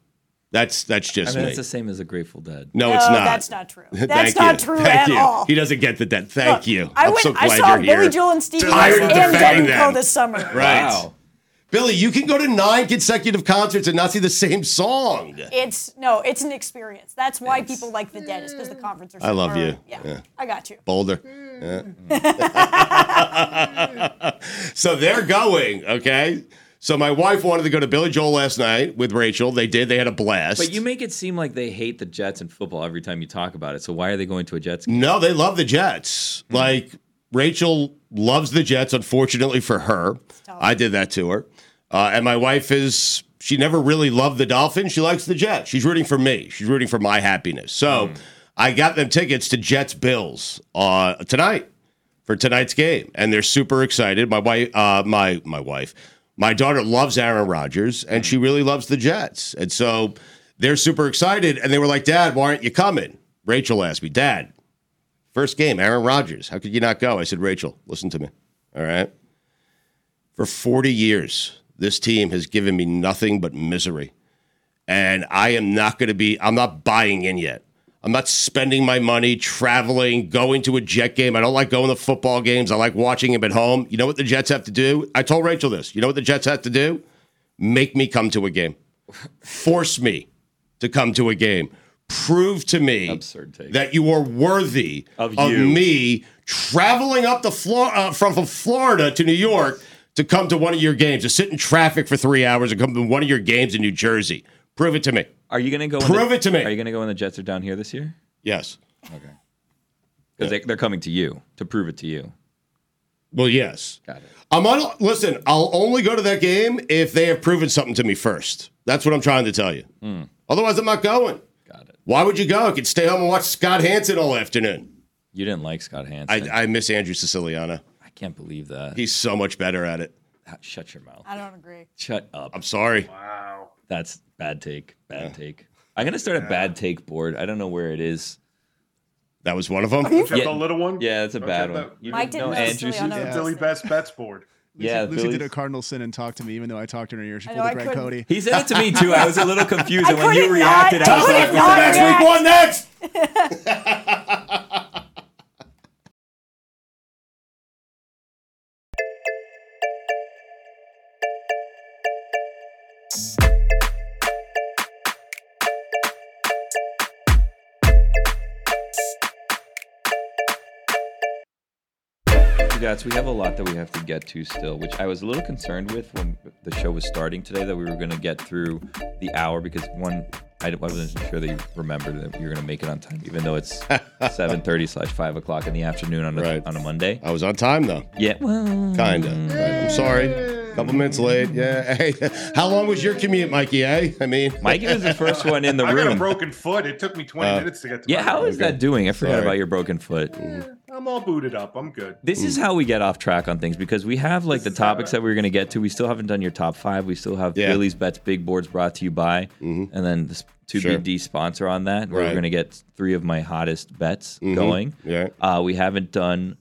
S2: That's that's
S3: I
S2: just
S3: mean,
S2: me.
S3: it's the same as a Grateful Dead.
S2: no,
S6: no,
S2: it's not.
S6: Oh, that's not true.
S2: Thank
S6: That's
S2: you.
S6: not true
S2: Thank
S6: at
S2: you.
S6: all.
S2: He doesn't get the debt. Thank you.
S6: I
S2: I'm
S6: went.
S2: so glad
S6: I saw
S2: you're here.
S6: Billy Joel and Stevie
S2: Tired
S6: Nicks
S2: of
S6: and
S2: defending
S6: Dead Co
S2: them.
S6: this summer.
S2: Right.
S3: Wow.
S2: Billy, you can go to nine consecutive concerts and not see the same song.
S6: It's no, it's an experience. That's why people like the dead is because the conference are.
S2: I love
S6: are-
S2: you.
S6: Yeah,
S2: Yeah.
S6: I got you.
S2: Boulder. Yeah. so they're going, okay? So my wife wanted to go to Billy Joel last night with Rachel. They did. They had a blast.
S3: But you make it seem like they hate the Jets and football every time you talk about it. So why are they going to a Jets game?
S2: No, they love the Jets. Like Rachel loves the Jets. Unfortunately for her, I did that to her. Uh, and my wife is she never really loved the Dolphins. She likes the Jets. She's rooting for me. She's rooting for my happiness. So I got them tickets to Jets Bills uh, tonight for tonight's game, and they're super excited. My wife, uh, my my wife, my daughter loves Aaron Rodgers, and she really loves the Jets, and so they're super excited. And they were like, "Dad, why aren't you coming?" Rachel asked me, "Dad, First game, Aaron Rodgers. How could you not go? I said, Rachel, listen to me. All right. For 40 years, this team has given me nothing but misery. And I am not going to be, I'm not buying in yet. I'm not spending my money traveling, going to a Jet game. I don't like going to football games. I like watching them at home. You know what the Jets have to do? I told Rachel this. You know what the Jets have to do? Make me come to a game, force me to come to a game. Prove to me
S3: Absurd take.
S2: that you are worthy of,
S3: Of you.
S2: me traveling up the floor uh, from, from Florida to New York to come to one of your games, to sit in traffic for three hours and come to one of your games in New Jersey. Prove it to me.
S3: Are you going to go? when
S2: Prove
S3: the,
S2: it to me.
S3: Are you going to go when the Jets are down here this year?
S2: Yes.
S3: Because they, they're coming to you to prove it to you.
S2: Well, yes.
S3: Got it.
S2: I'm on. Listen, I'll only go to that game if they have proven something to me first. That's what I'm trying to tell you. Otherwise, I'm not going.
S3: Hmm. Got it.
S2: Why would you go? I could stay home and watch Scott Hansen all afternoon.
S3: You didn't like Scott Hansen.
S2: I, I miss Andrew Siciliano.
S3: I can't believe that.
S2: He's so much better at it.
S3: Shut your mouth.
S6: I don't agree.
S3: Shut up.
S2: I'm sorry.
S4: Wow.
S3: That's bad take. Bad take. I'm gonna start a bad take board. I don't know where it is.
S2: That was one of them.
S4: Is that
S3: Yeah.
S4: the little one?
S3: Yeah, that's a
S4: Okay,
S3: bad
S4: but-
S3: one. You
S6: Mike
S3: didn't
S6: didn't know
S3: Andrews
S6: Siciliano
S3: is-
S6: was
S4: Billy Best Bet's board.
S3: Yeah,
S7: Lucy
S3: Billy's-
S7: did a cardinal sin and talked to me, even though I talked in her ear. She
S6: I
S7: pulled
S6: know,
S7: a
S6: I
S7: Greg
S6: couldn't-
S7: Cody.
S3: He said it to me too. I was a little confused, and when you
S6: couldn't not-
S3: reacted,
S6: I
S3: I was
S6: couldn't
S3: like,
S6: not
S3: "That's
S6: react.
S3: week one next." Guys, we have a lot that we have to get to still, which I was a little concerned with when the show was starting today that we were going to get through the hour because one, I d- I wasn't sure that you remembered that you were going to make it on time, even though it's seven thirty slash five o'clock in the afternoon on a,
S2: Right.
S3: on a Monday.
S2: I was on time though.
S3: Yeah, well,
S2: Kinda. I'm sorry. Couple minutes late. Yeah. Hey, how long was your commute, Mikey? Eh? I mean,
S3: Mikey was the first one in the
S4: I got a
S3: room.
S4: broken foot. It took me 20
S2: Uh,
S4: minutes to get to
S3: yeah,
S4: my
S3: how is
S4: room.
S3: that doing? I forgot
S2: Sorry.
S3: about your broken foot.
S4: I'm all booted up. I'm good.
S3: This
S2: Hmm.
S3: is how we get off track on things because we have like the topics that we were going to get to. We still haven't done your top five. We still have
S2: Yeah. Mm-hmm.
S3: Billy's Bets Big Boards brought to you by, and then this 2BD
S2: Sure.
S3: sponsor on that. Where
S2: Right. Mm-hmm.
S3: We're going to get three of my hottest bets going.
S2: Yeah.
S3: Uh, we haven't done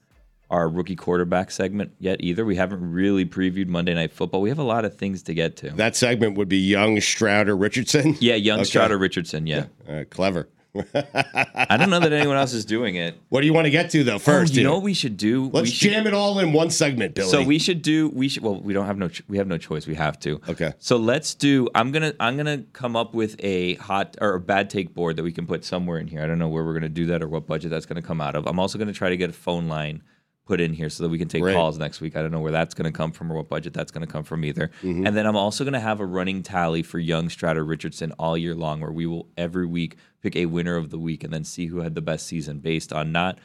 S3: our rookie quarterback segment yet either. We haven't really previewed Monday Night Football. We have a lot of things to get to.
S2: that segment would be Young Strouder Richardson.
S3: yeah, Young
S2: Okay.
S3: Stroud or Richardson. Yeah.
S2: Uh, clever.
S3: I don't know that anyone else is doing it.
S2: What do you want to get to though? First,
S3: Oh, you
S2: here?
S3: know what we should do?
S2: let's
S3: we should,
S2: jam it all in one segment, Billy.
S3: So we should do. We should. Well, we don't have no. Ch- we have no choice. We have to.
S2: Okay.
S3: So let's do. I'm gonna. I'm gonna come up with a hot or a bad take board that we can put somewhere in here. I don't know where we're gonna do that or what budget that's gonna come out of. I'm also gonna try to get a phone line put in here so that we can take
S2: Great.
S3: calls next week. I don't know where that's gonna come from or what budget that's gonna come from either.
S2: Mm-hmm.
S3: And then I'm also gonna have a running tally for Young Stratter Richardson all year long, where we will every week pick a winner of the week and then see who had the best season based on not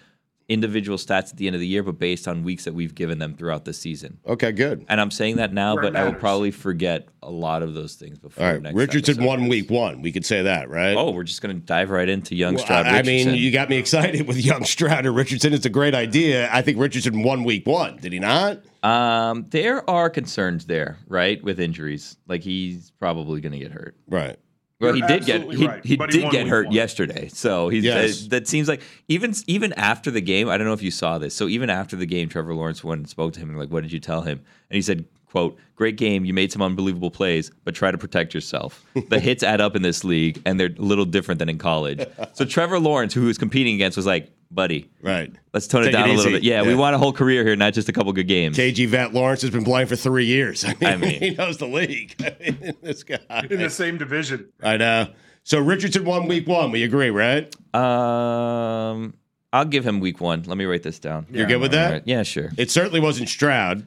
S3: individual stats at the end of the year, but based on weeks that we've given them throughout the season.
S2: okay, good.
S3: And I'm saying that now,
S4: Where it
S3: but I will
S4: matters.
S3: probably forget a lot of those things before.
S2: All right,
S3: next
S2: Richardson
S3: episode.
S2: won week one. We could say that, right?
S3: Oh, we're just gonna dive right into Young
S2: Well,
S3: Stroud
S2: I I
S3: Richardson.
S2: mean, you got me excited with Young Strouder Richardson. It's a great idea. I think Richardson won week one. Did he not?
S3: um, there are concerns there, right, with injuries. Like he's probably gonna get hurt.
S2: Right.
S3: Well, he
S4: You're
S3: did get
S4: absolutely
S3: he,
S4: right,
S3: he
S4: but
S3: did
S4: he won
S3: get
S4: week
S3: hurt
S4: one.
S3: yesterday. So he's uh,
S2: Yes.
S3: that, that seems like even even after the game, I don't know if you saw this. So even after the game, Trevor Lawrence went and spoke to him and like, what did you tell him? And he said, "quote Great game. You made some unbelievable plays, but try to protect yourself. The hits add up in this league, and they're a little different than in college." So Trevor Lawrence, who he was competing against, was like, "Buddy,
S2: Right.
S3: let's tone
S2: Take
S3: it down
S2: it
S3: a little
S2: easy.
S3: bit. Yeah,
S2: Yeah.
S3: we want a whole career here, not just a couple good games."
S2: KG Vet Lawrence has been playing for three years. I mean,
S3: I mean-
S2: he knows the league. I mean, this guy.
S4: In the same division.
S2: I know. So Richardson won week one. We agree, right?
S3: Um, I'll give him week one. Let me write this down.
S2: You're good with
S3: All
S2: that?
S3: right. Yeah, sure.
S2: It certainly wasn't Stroud.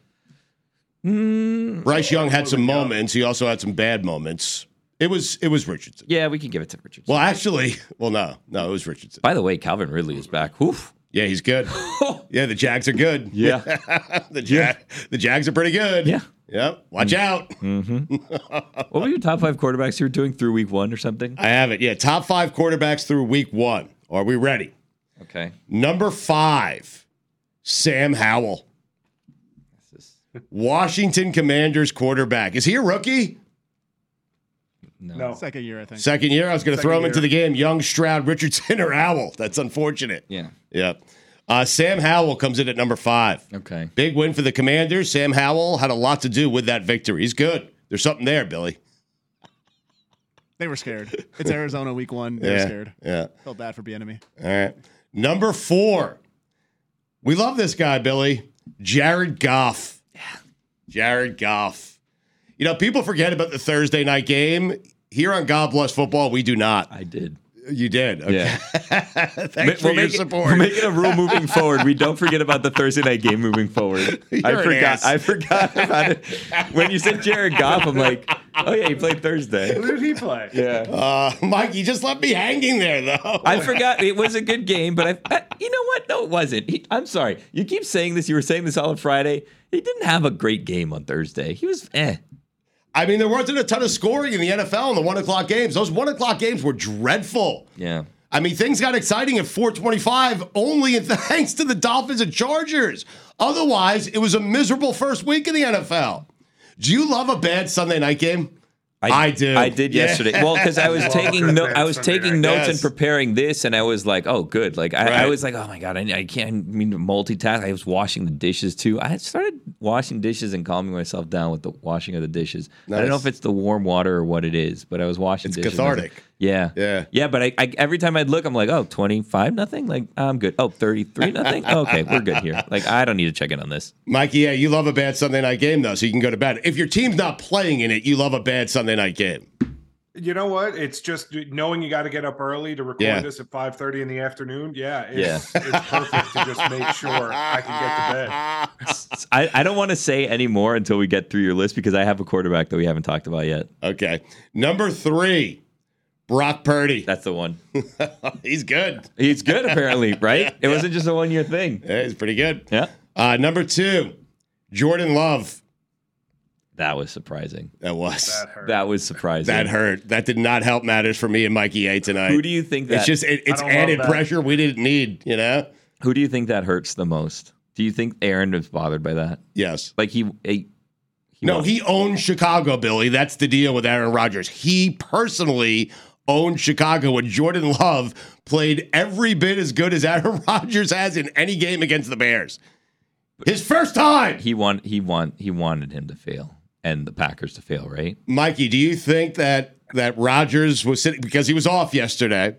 S3: Mm.
S2: Bryce Young had some moments. He also had some bad moments. It was it was Richardson.
S3: Yeah, we can give it to Richardson.
S2: Well, actually, well, no, no, it was Richardson.
S3: By the way, Calvin Ridley is back. Oof.
S2: Yeah, he's good. yeah, the Jags are good.
S3: Yeah.
S2: the Jag, the Jags are pretty good.
S3: Yeah. Mm.
S2: Yep. Watch out.
S3: what were your top five quarterbacks you were doing through week one or something?
S2: I have it. Yeah. Top five quarterbacks through week one. Are we ready?
S3: Okay.
S2: Number five, Sam Howell. Washington Commanders quarterback. Is he a rookie?
S4: No.
S7: Second year, I think.
S2: Second year. I was going to throw him
S4: Second
S2: into the game. Young Stroud, Richardson, or Howell. That's unfortunate.
S3: Yeah.
S2: Yep. Uh, Sam Howell comes in at number five.
S3: Okay.
S2: Big win for the Commanders. Sam Howell had a lot to do with that victory. He's good. There's something there, Billy.
S7: They were scared. It's Arizona week one. They were
S2: yeah.
S7: scared.
S2: Yeah.
S7: Felt bad for enemy.
S2: All right. Number four. We love this guy, Billy. Jared Goff. Yeah. Jared Goff. You know, people forget about the Thursday night game. Here on God Bless Football, we do not.
S3: I did.
S2: You did. Okay.
S3: Yeah.
S2: Thanks for your
S3: make
S2: support.
S3: It, we're making a rule moving forward. We don't forget about the Thursday night game moving forward.
S2: You're
S3: I
S2: an
S3: forgot.
S2: ass.
S3: I forgot about it. When you said Jared Goff, I'm like, oh yeah, he played Thursday.
S4: Who did he play?
S3: Yeah.
S2: Uh, Mike, you just left me hanging there, though.
S3: I forgot it was a good game, but I, I you know what? No, it wasn't. He, I'm sorry. You keep saying this. You were saying this all on Friday. He didn't have a great game on Thursday. He was eh.
S2: I mean, there wasn't a ton of scoring in the NFL in the one o'clock games. Those one o'clock games were dreadful.
S3: Yeah.
S2: I mean, things got exciting at 425 only thanks to the Dolphins and Chargers. Otherwise, it was a miserable first week in the NFL. Do you love a bad Sunday night game?
S3: I,
S2: I do.
S3: I did
S2: Yeah.
S3: yesterday. Well, because I was taking no,
S4: Sunday
S3: I was
S4: night.
S3: taking notes and
S2: Yes.
S3: preparing this, and I was like, oh, good. Like I, I
S2: Right.
S3: was like, oh my god, I, I can't I mean to multitask. I was washing the dishes too. I started washing dishes and calming myself down with the washing of the dishes. I don't know
S2: Nice.
S3: if it's the warm water or what it is, but I was washing.
S2: It's
S3: dishes and I was like,
S2: cathartic.
S3: yeah,
S2: Yeah.
S3: yeah. But I, I every time I'd look, I'm like, oh, 25 nothing. Like I'm good. Oh, 33 nothing. Okay, we're good here. Like I don't need to check in on this.
S2: Mikey, yeah, you love a bad Sunday night game though, so you can go to bed. If your team's not playing in it, you love a bad Sunday night game.
S4: You know what? It's just knowing you got to get up early to record
S2: Yeah.
S4: this at five thirty in the afternoon. Yeah, it's, it's perfect to just make sure I can get to bed.
S3: I, I don't want to say any more until we get through your list because I have a quarterback that we haven't talked about yet.
S2: Okay. Number three, Brock Purdy.
S3: That's the one.
S2: He's good.
S3: He's good apparently, right? It wasn't just a one year thing.
S2: Yeah, he's pretty good.
S3: Yeah.
S2: Uh, number two, Jordan Love.
S3: That was surprising.
S2: That was
S4: That
S2: that,
S4: hurt.
S3: That was surprising.
S2: hurt. That did not help matters for me and Mikey A tonight.
S3: Who do you think that
S2: it's just it, it's
S4: I don't love
S2: added
S4: that.
S2: pressure we didn't need. You know?
S3: who do you think that hurts the most? Do you think Aaron was bothered by that?
S2: Yes.
S3: Like he, he
S2: No,
S3: won.
S2: he owned Chicago, Billy. That's the deal with Aaron Rodgers. He personally owned Chicago and Jordan Love played every bit as good as Aaron Rodgers has in any game against the Bears. His first time.
S3: he want he want he wanted him to fail and the Packers to fail, right?
S2: Mikey, do you think that that Rodgers was sitting because he was off yesterday,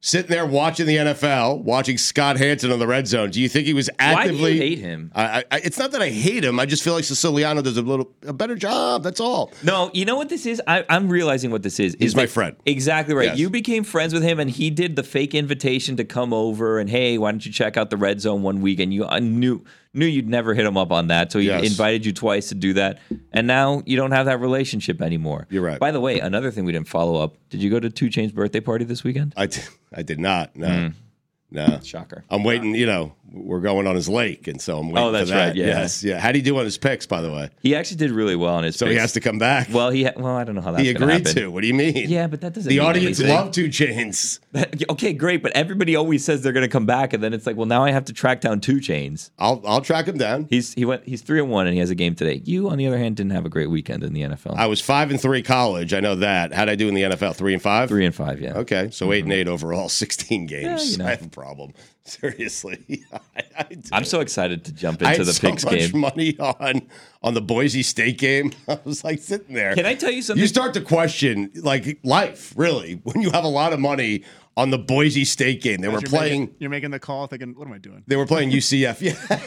S2: sitting there watching the NFL, watching Scott Hansen on the red zone? Do you think he was actively
S3: Why do you hate him?
S2: I, I- I, it's not that I hate him. I just feel like Siciliano does a little a better job. That's all.
S3: No, you know what this is? I, I'm realizing what this is.
S2: He's
S3: Is
S2: my
S3: that-
S2: friend.
S3: Exactly right.
S2: Yes.
S3: You became friends with him, and he did the fake invitation to come over and hey, why don't you check out the red zone one week? And you I knew knew you'd never hit him up on that, so he
S2: Yes.
S3: invited you twice to do that, and now you don't have that relationship anymore.
S2: You're right.
S3: By the way, another thing we didn't follow up. Did you go to Two Chain's birthday party this weekend?
S2: I did, I did not. No,
S3: Hmm.
S2: no.
S3: Shocker.
S2: I'm waiting. You know, we're going on his lake, and so I'm waiting.
S3: Oh, that's
S2: for that.
S3: right, yeah.
S2: Yes. Yeah. How do you do on his picks, by the way?
S3: He actually did really well in his.
S2: So he
S3: picks.
S2: has to come back.
S3: Well, he ha- well, I don't know how that's
S2: he
S3: gonna
S2: agreed
S3: happen.
S2: to. What do you mean?
S3: Yeah, but that doesn't.
S2: The
S3: mean
S2: audience
S3: anything.
S2: loved two chains.
S3: okay, great, but everybody always says they're going to come back, and then it's like, well, now I have to track down two chains.
S2: I'll I'll track him down.
S3: He's he went he's three and one, and he has a game today. You, on the other hand, didn't have a great weekend in the NFL.
S2: I was five and three college. I know that. How'd I do in the NFL? Three and five.
S3: three and five, yeah.
S2: Okay, so eight and eight overall, sixteen games.
S3: you know.
S2: I have a problem. Seriously, I, I do.
S3: I'm so excited to jump
S2: I
S3: into
S2: had
S3: the
S2: so
S3: picks
S2: much
S3: game.
S2: money on on the Boise State game. I was like sitting there.
S3: Can I tell you something?
S2: You start to question like life, really, when you have a lot of money on the Boise State game. They were
S7: You're
S2: playing.
S7: Making, you're making the call, thinking, "What am I doing?"
S2: They were playing UCF.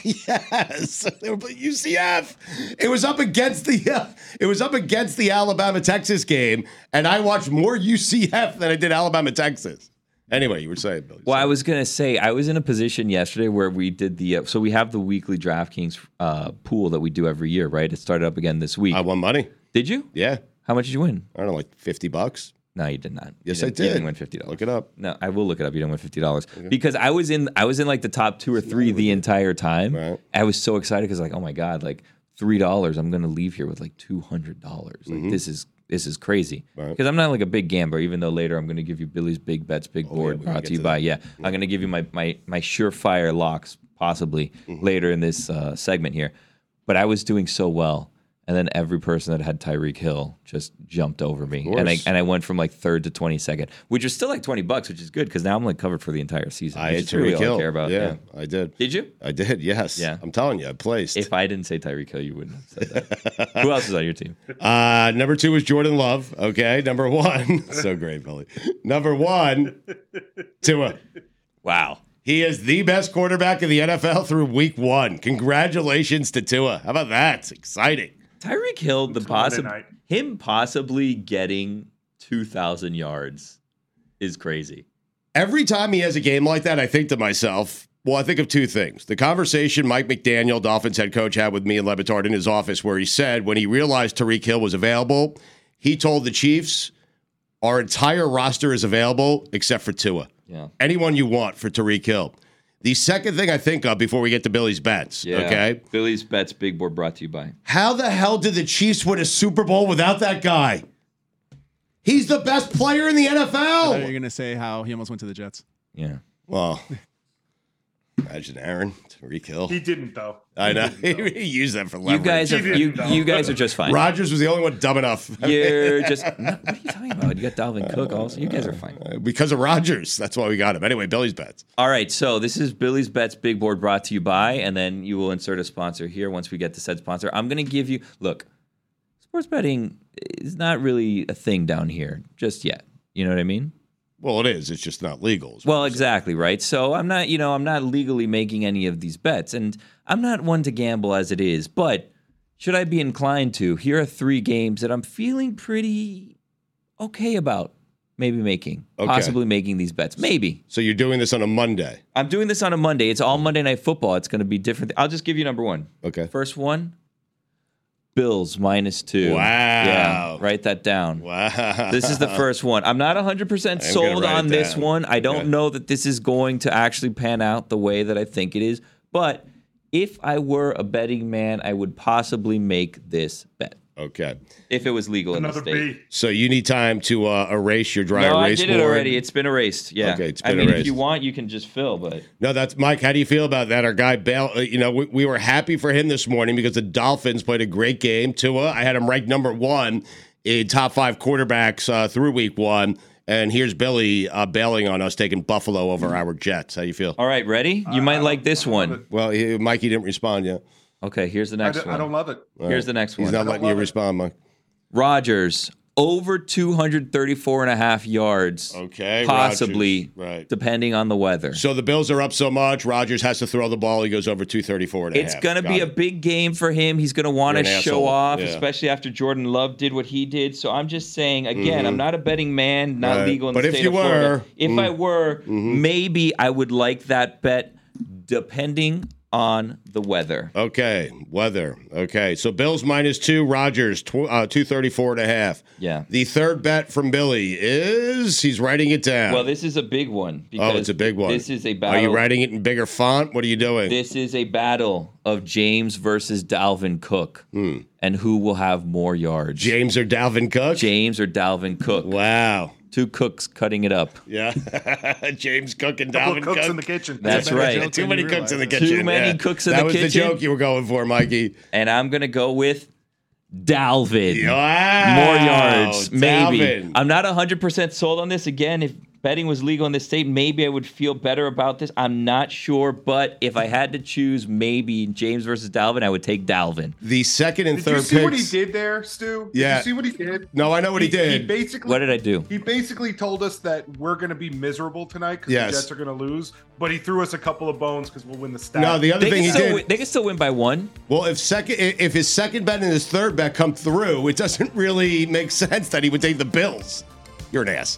S2: Yeah, yes, they were playing UCF. It was up against the uh, it was up against the Alabama Texas game, and I watched more UCF than I did Alabama Texas. Anyway, you were saying, Billy.
S3: Well, I was gonna say I was in a position yesterday where we did the uh, so we have the weekly DraftKings uh, pool that we do every year, right? It started up again this week.
S2: I won money.
S3: did you?
S2: Yeah,
S3: How much did you win?
S2: I don't know, like fifty bucks.
S3: No, you did not.
S2: Yes,
S3: you
S2: I
S3: didn't- You
S2: did.
S3: didn't win fifty dollars.
S2: Look it up.
S3: No, I will look it up. You don't win fifty dollars because I was in I was in like the top two or three the entire time.
S2: Right.
S3: I was so excited because like oh my god, like three dollars, I'm gonna leave here with like two hundred dollars. Like this is this is crazy because I'm not like a big gambler. Even though later I'm gonna give you Billy's big bets, big board brought to Oh, you by yeah, I'm gonna give you my my my surefire locks possibly later in this uh, segment here. But I was doing so well. And then every person that had Tyreek Hill just jumped over me, and I
S2: course.
S3: and I went from like third to twenty second, which was still like twenty bucks, which is good because now I'm like covered for the entire season.
S2: I
S3: which
S2: had
S3: is really
S2: Tyreek
S3: all
S2: Hill.
S3: I care about.
S2: yeah, I did.
S3: Did you?
S2: I did. Yes.
S3: Yeah.
S2: I'm telling you, I placed.
S3: If I didn't say Tyreek Hill, you wouldn't have said that. Who else is on your team?
S2: Uh, number two is Jordan Love. Okay. Number one. so great, Billy. Number one, Tua.
S3: Wow.
S2: He is the best quarterback in the NFL through week one. Congratulations to Tua. How about that? Exciting.
S3: Tyreek Hill, the
S4: Monday
S3: possible
S4: night.
S3: him possibly getting two thousand yards is crazy.
S2: Every time he has a game like that, I think to myself, well, I think of two things. The conversation Mike McDaniel, Dolphins head coach, had with me and Levitard in his office, where he said when he realized Tariq Hill was available, he told the Chiefs, our entire roster is available except for Tua.
S3: Yeah.
S2: Anyone you want for Tariq Hill. The second thing I think of before we get to Billy's bets, okay?
S3: Billy's bets big board brought to you by.
S2: How the hell did the Chiefs win a Super Bowl without that guy? He's the best player in the
S7: I thought you were
S2: NFL.
S7: gonna say how he almost went to the Jets.
S3: Yeah.
S2: Well, Imagine Aaron Tyreek Hill.
S4: He didn't though.
S2: I
S4: He
S2: know.
S4: didn't, though.
S2: he used that for
S3: You
S2: leverage.
S3: guys are
S4: He
S3: you,
S4: didn't,
S3: you
S4: though.
S3: guys are just fine.
S2: Rogers was the only one dumb enough
S3: You're just no, what are you talking about? You got Dalvin Cook also. You guys are fine.
S2: because of Rogers. That's why we got him. Anyway, Billy's bets.
S3: All right, so this is Billy's Bets Big Board brought to you by, and then you will insert a sponsor here once we get to said sponsor. I'm going to give you look, sports betting is not really a thing down here just yet. You know what I mean?
S2: Well, it is. It's just not legal. is what
S3: Well,
S2: I'm saying.
S3: exactly, right? So I'm not, you know, I'm not legally making any of these bets, and I'm not one to gamble as it is, but should I be inclined to, here are three games that I'm feeling pretty okay about maybe making,
S2: Okay.
S3: possibly making these bets. Maybe.
S2: So you're doing this on a Monday.
S3: I'm doing this on a Monday. It's all Monday Night Football. It's going to be different. I'll just give you number one.
S2: Okay.
S3: First one, Bills minus two.
S2: Wow.
S3: Yeah, write that down.
S2: Wow.
S3: This is the first one. I'm not 100%
S2: I'm
S3: sold
S2: gonna write
S3: on
S2: it
S3: this
S2: down.
S3: one. I don't
S2: Okay.
S3: know that this is going to actually pan out the way that I think it is. But if I were a betting man, I would possibly make this bet
S2: Okay.
S3: if it was legal
S4: Another
S3: in the state.
S4: B.
S2: So you need time to uh, erase your dry
S3: No, I
S2: erase
S3: did it
S2: board.
S3: already. It's been erased. Yeah.
S2: Okay, it's
S3: I
S2: been
S3: mean, if
S2: erased.
S3: you want, you can just fill, but.
S2: No, that's Mike. How do you feel about that? Our guy Bell. Uh, you know, we, we were happy for him this morning because the Dolphins played a great game. Tua, I had him ranked number one in top five quarterbacks uh, through week one, and here's Billy uh, bailing on us, taking Buffalo over
S3: Mm-hmm.
S2: our Jets. How you feel?
S3: All right, ready?
S4: Uh,
S3: You might like this one.
S2: Well, he, Mikey didn't respond yet.
S3: Okay, here's the
S4: I
S3: next
S4: don't,
S3: one.
S4: I don't love it.
S3: Here's the next
S2: He's
S3: one.
S2: not letting you
S4: love it.
S2: respond, Mike.
S3: Rogers over 234 and a half yards.
S2: Okay,
S3: Possibly,
S2: Rodgers, right.
S3: depending on the weather.
S2: So the Bills are up so much. Rogers has to throw the ball. He goes over two thirty four.
S3: it's going to be a big game for him. He's going to want to
S2: You're an
S3: show
S2: asshole.
S3: off,
S2: Yeah.
S3: especially after Jordan Love did what he did. So I'm just saying, again, I'm not a betting man, not
S2: Mm-hmm. Right.
S3: legal in
S2: But
S3: the
S2: if
S3: state
S2: you
S3: of Florida.
S2: were, mm-hmm.
S3: if I were, maybe I would like that bet depending on the weather.
S2: Okay, weather. Okay, so Bills minus two, Rogers tw- uh, 234 and a half.
S3: Yeah.
S2: The third bet from Billy is he's writing it down.
S3: Well, this is a big one. Because
S2: oh, it's a big one.
S3: This is a
S2: Are
S3: battle.
S2: you writing it in bigger font? What are you doing?
S3: This is a battle of James versus Dalvin Cook,
S2: Hmm.
S3: and who will have more yards,
S2: James or Dalvin Cook?
S3: James or Dalvin Cook?
S2: Wow.
S3: Two cooks cutting it up.
S2: Yeah. James Cook and
S4: Couple
S2: Dalvin
S4: of cooks
S2: Cook.
S4: in the kitchen.
S3: That's
S7: better
S3: right.
S7: joke
S2: Too
S7: than
S2: many
S7: you
S2: cooks in the
S7: realize.
S2: kitchen.
S3: Too many
S2: yeah.
S3: cooks in
S2: that
S3: the
S2: was the
S3: kitchen.
S2: joke you were going for, Mikey.
S3: And I'm gonna go with Dalvin.
S2: Wow.
S3: More yards, maybe.
S2: Dalvin.
S3: I'm not 100% sold on this. Again, if betting was legal in this state, maybe I would feel better about this. I'm not sure, but if I had to choose, maybe James versus Dalvin, I would take Dalvin.
S2: the second and
S4: Did
S2: third
S4: you see what he
S2: picks-
S4: did there, Stu? Did
S2: Yeah.
S4: you see what he did?
S2: No, I know what he
S4: He
S2: did.
S4: basically
S3: What did I do?
S4: He basically told us that we're going to be miserable tonight because
S2: Yes.
S4: the Jets are going to lose, but he threw us a couple of bones because we'll win the stack.
S2: No, the other
S3: They
S2: thing
S3: can,
S2: he
S3: still,
S2: did.
S3: win- they can still win by one.
S2: Well, if second, i- if his second bet and his third bet come through, it doesn't really make sense that he would take the Bills. You're an ass.